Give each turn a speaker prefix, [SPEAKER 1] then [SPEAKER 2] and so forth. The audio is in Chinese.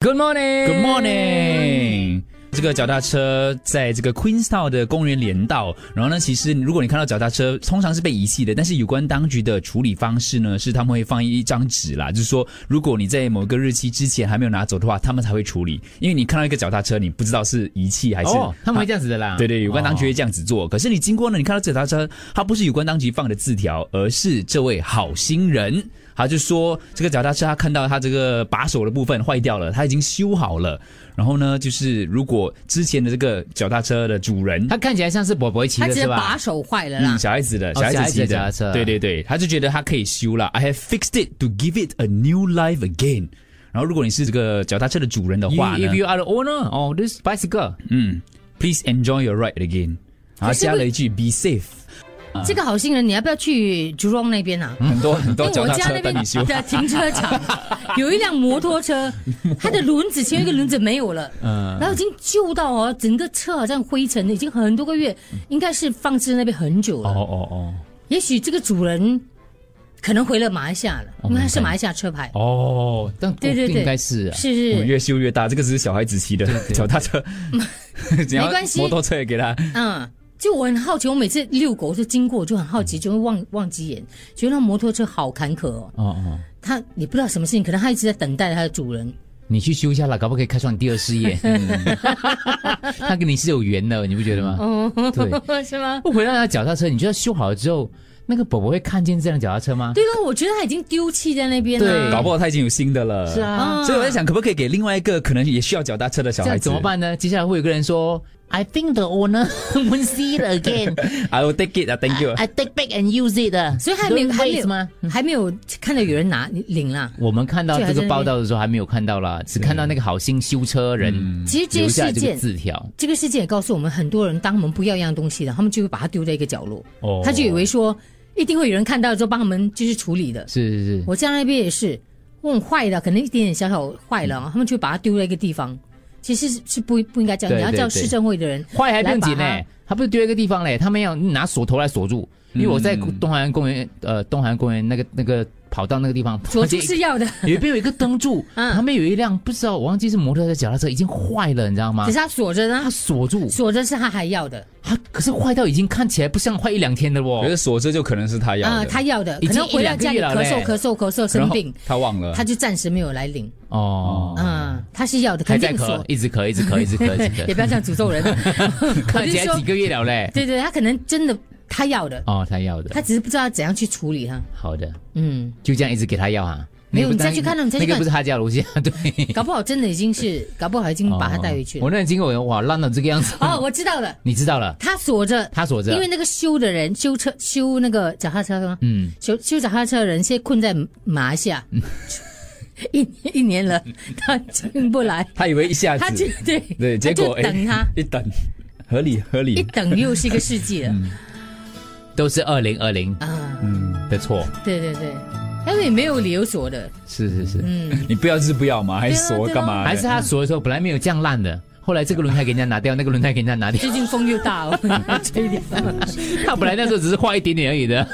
[SPEAKER 1] Good morning,
[SPEAKER 2] Good morning。这个脚踏车在这个 Queenstown 的公园连道，然后呢，其实如果你看到脚踏车，通常是被遗弃的，但是有关当局的处理方式呢，是他们会放一张纸啦，就是说，如果你在某个日期之前还没有拿走的话，他们才会处理，因为你看到一个脚踏车，你不知道是遗弃还是、
[SPEAKER 1] 哦，他们会这样子的啦。
[SPEAKER 2] 对对，有关当
[SPEAKER 1] 哦
[SPEAKER 2] 局会这样子做。可是你经过呢，你看到这台车，它不是有关当局放的字条，而是这位好心人，他就说这个脚踏车他看到他这个把手的部分坏掉了，他已经修好了。然后呢，就是如果之前的这个脚踏车的主人，
[SPEAKER 1] 他看起来像是伯伯骑
[SPEAKER 3] 他
[SPEAKER 1] 的
[SPEAKER 3] 只
[SPEAKER 1] 是
[SPEAKER 3] 是
[SPEAKER 1] 吧
[SPEAKER 3] 把？手坏了啦
[SPEAKER 2] 嗯，。小孩子的
[SPEAKER 1] 哦
[SPEAKER 2] 小孩
[SPEAKER 1] 小孩
[SPEAKER 2] 子
[SPEAKER 1] 子的
[SPEAKER 2] 骑
[SPEAKER 1] 脚踏
[SPEAKER 2] 的
[SPEAKER 1] 车，
[SPEAKER 2] 对对对，他就觉得他可以修了。I have fixed it to give it a new life again。然后如果你是这个脚踏车的主人的
[SPEAKER 1] You,
[SPEAKER 2] 话呢
[SPEAKER 1] if you are the owner of this bicycle，
[SPEAKER 2] 嗯，Please enjoy your ride again。然后加了一句 Be safe。
[SPEAKER 3] 这个好心人，你要不要去 Jurong 那边啊？
[SPEAKER 2] 很多很
[SPEAKER 3] 因
[SPEAKER 2] 多
[SPEAKER 3] 为
[SPEAKER 2] 脚
[SPEAKER 3] 我
[SPEAKER 2] 踏
[SPEAKER 3] 家
[SPEAKER 2] 车
[SPEAKER 3] 那
[SPEAKER 2] 等
[SPEAKER 3] 边
[SPEAKER 2] 你 修。
[SPEAKER 3] 的停车场有一辆摩托车，它的轮子前面一个轮子没有了，然后已经旧到哦，整个车好像灰尘，已经很多个月，应该是放置那边很久 了。
[SPEAKER 2] 哦
[SPEAKER 3] 也许这个主人可能回了马来西亚了，因为他是马来西亚车牌
[SPEAKER 1] 哦，哦，但
[SPEAKER 3] 对对对
[SPEAKER 1] 应该是啊
[SPEAKER 3] 是
[SPEAKER 2] 哦，
[SPEAKER 3] 是，
[SPEAKER 2] 越修越大，这个只是小孩子骑的脚踏车，没
[SPEAKER 3] 没关系
[SPEAKER 2] 摩托车也给他。
[SPEAKER 3] 嗯。就我很好奇，我每次遛狗就经过，我就很好奇，就会望望几眼，觉得那摩托车好坎坷哦。
[SPEAKER 1] 哦哦，
[SPEAKER 3] 它你不知道什么事情，可能它一直在等待它的主人。
[SPEAKER 1] 你去修一下啦，搞不好可以开创你第二事 业。他跟你是有缘的，你不觉得吗？
[SPEAKER 3] 哦，
[SPEAKER 1] 对，
[SPEAKER 3] 是吗？
[SPEAKER 1] 不回到他脚踏车，你觉得修好了之后，那个宝宝会看见这辆脚踏车吗？
[SPEAKER 3] 对了，我觉得他已经丢弃在那边了。
[SPEAKER 1] 对
[SPEAKER 2] 搞不好他已经有新的了。
[SPEAKER 1] 是。啊，
[SPEAKER 3] 嗯
[SPEAKER 2] 所以我在想，可不可以给另外一个可能也需要脚踏车的小
[SPEAKER 1] 这
[SPEAKER 2] 孩
[SPEAKER 1] 样
[SPEAKER 2] 子？
[SPEAKER 1] 怎么办呢？接下来会有个人说，I think the owner won't see it again.
[SPEAKER 2] i will take it 啊，Thank you。
[SPEAKER 1] I take back and use it. ah.
[SPEAKER 3] 所以还没有
[SPEAKER 1] Don't
[SPEAKER 3] 还没
[SPEAKER 1] waste 吗？嗯
[SPEAKER 3] 有还没有看到有人拿领啦。
[SPEAKER 1] 我们看到这个报道的时候还没有看到啦，只看到那个好心修车人
[SPEAKER 3] 其实这
[SPEAKER 1] 留
[SPEAKER 3] 个
[SPEAKER 1] 下
[SPEAKER 3] 嗯事
[SPEAKER 1] 这个
[SPEAKER 3] 件，
[SPEAKER 1] 字条。
[SPEAKER 3] 这个事件也告诉我们，很多人当我们不要一样东西的，他们就会把它丢在一个角落，
[SPEAKER 2] 哦
[SPEAKER 3] 他就以为说一定会有人看到之后帮他们就是处理的。
[SPEAKER 1] 是是是，
[SPEAKER 3] 我家那边也是，那种坏的，可能一点点小小坏
[SPEAKER 1] 嗯
[SPEAKER 3] 了，他们就把它丢在一个地方。其实是是不不应该这样，
[SPEAKER 1] 对
[SPEAKER 3] 你要
[SPEAKER 1] 对
[SPEAKER 3] 叫
[SPEAKER 1] 对
[SPEAKER 3] 市政会 的人
[SPEAKER 1] 坏还不用紧
[SPEAKER 3] 来
[SPEAKER 1] 呢
[SPEAKER 3] 把它，
[SPEAKER 1] 他不是丢一个地方嘞，他们要拿锁头来锁住。因为我在东海岸公园，呃，东海岸公园那个那个跑道那个地方，突
[SPEAKER 3] 左住
[SPEAKER 1] 然间
[SPEAKER 3] 是要的，
[SPEAKER 1] 有一边有一个灯柱，
[SPEAKER 3] 嗯
[SPEAKER 1] 旁边有一辆不知道我忘记是摩托车、脚踏车已经坏了，你知道吗
[SPEAKER 3] 只是？他锁着呢
[SPEAKER 1] 它，锁住，
[SPEAKER 3] 锁着是他还要的
[SPEAKER 1] 它可是坏到已经看起来不像坏一两天的哦
[SPEAKER 2] 可。是锁车就可能是他要
[SPEAKER 3] 啊，
[SPEAKER 2] 的，
[SPEAKER 3] 他要的，
[SPEAKER 1] 已
[SPEAKER 3] 可
[SPEAKER 1] 经
[SPEAKER 3] 能回到家里
[SPEAKER 1] 一两个
[SPEAKER 3] 咳
[SPEAKER 1] 月了
[SPEAKER 3] 嗽咳嗽咳嗽
[SPEAKER 2] 然
[SPEAKER 3] 生
[SPEAKER 2] 后
[SPEAKER 3] 病，
[SPEAKER 2] 他忘了
[SPEAKER 3] 他。就暂时没有来领。
[SPEAKER 1] 嗯哦，
[SPEAKER 3] 嗯，他是要的，
[SPEAKER 1] 还
[SPEAKER 3] 肯
[SPEAKER 1] 在
[SPEAKER 3] 定
[SPEAKER 1] 咳
[SPEAKER 3] 锁，。
[SPEAKER 1] 一直咳，一直咳，一直咳，一直
[SPEAKER 3] 也
[SPEAKER 1] 咳，
[SPEAKER 3] 不要这样 诅咒人，我
[SPEAKER 1] 看
[SPEAKER 3] 就
[SPEAKER 1] 起来
[SPEAKER 3] 说
[SPEAKER 1] 几，个月了嘞。
[SPEAKER 3] 对对，他可能真的他要的，
[SPEAKER 1] 哦，他要
[SPEAKER 3] 他
[SPEAKER 1] 的，
[SPEAKER 3] 只是不知道怎样去处理哈。
[SPEAKER 1] 好的，
[SPEAKER 3] 嗯，
[SPEAKER 1] 就这样一直给他要啊。
[SPEAKER 3] 没有
[SPEAKER 1] 那个不
[SPEAKER 3] 你再去看了你再去
[SPEAKER 1] 那个
[SPEAKER 3] 看
[SPEAKER 1] 不是他家楼下，啊对，
[SPEAKER 3] 搞不好真的已经是，搞不好已经嗯把他带回
[SPEAKER 1] 哦
[SPEAKER 3] 去
[SPEAKER 1] 我
[SPEAKER 3] 了。
[SPEAKER 1] 那天经过，我哇，烂到这个样子。
[SPEAKER 3] 哦，我知道了，
[SPEAKER 1] 你知道了，
[SPEAKER 3] 他锁着，
[SPEAKER 1] 他锁着，
[SPEAKER 3] 因为那个修的人修车修那个脚踏车吗？
[SPEAKER 1] 嗯，
[SPEAKER 3] 修修脚踏车的人现在困在马来西亚， 一年一年了，他进不来，
[SPEAKER 2] 他以为一下
[SPEAKER 3] 他就
[SPEAKER 2] 子，
[SPEAKER 3] 对
[SPEAKER 2] 对，结果
[SPEAKER 3] 他就等他
[SPEAKER 2] 哎一等，合理合
[SPEAKER 3] 一
[SPEAKER 2] 理。
[SPEAKER 3] 等又是一个世纪了
[SPEAKER 1] 都是二零二零
[SPEAKER 2] 嗯
[SPEAKER 3] 啊！
[SPEAKER 1] 的错，
[SPEAKER 3] 对对对，但是也没有理由锁的，
[SPEAKER 1] 是是是，
[SPEAKER 3] 嗯，
[SPEAKER 2] 你不要是不要嘛，还
[SPEAKER 3] 对啊
[SPEAKER 2] 锁
[SPEAKER 3] 对啊
[SPEAKER 2] 干嘛的？
[SPEAKER 1] 还是他锁的时候本来没有这样烂的，后来这个轮胎给人家拿掉，那个轮胎给人家拿 掉，
[SPEAKER 3] 最近风又大哦，这一点。
[SPEAKER 1] 他本来那时候只是坏一点点而已的。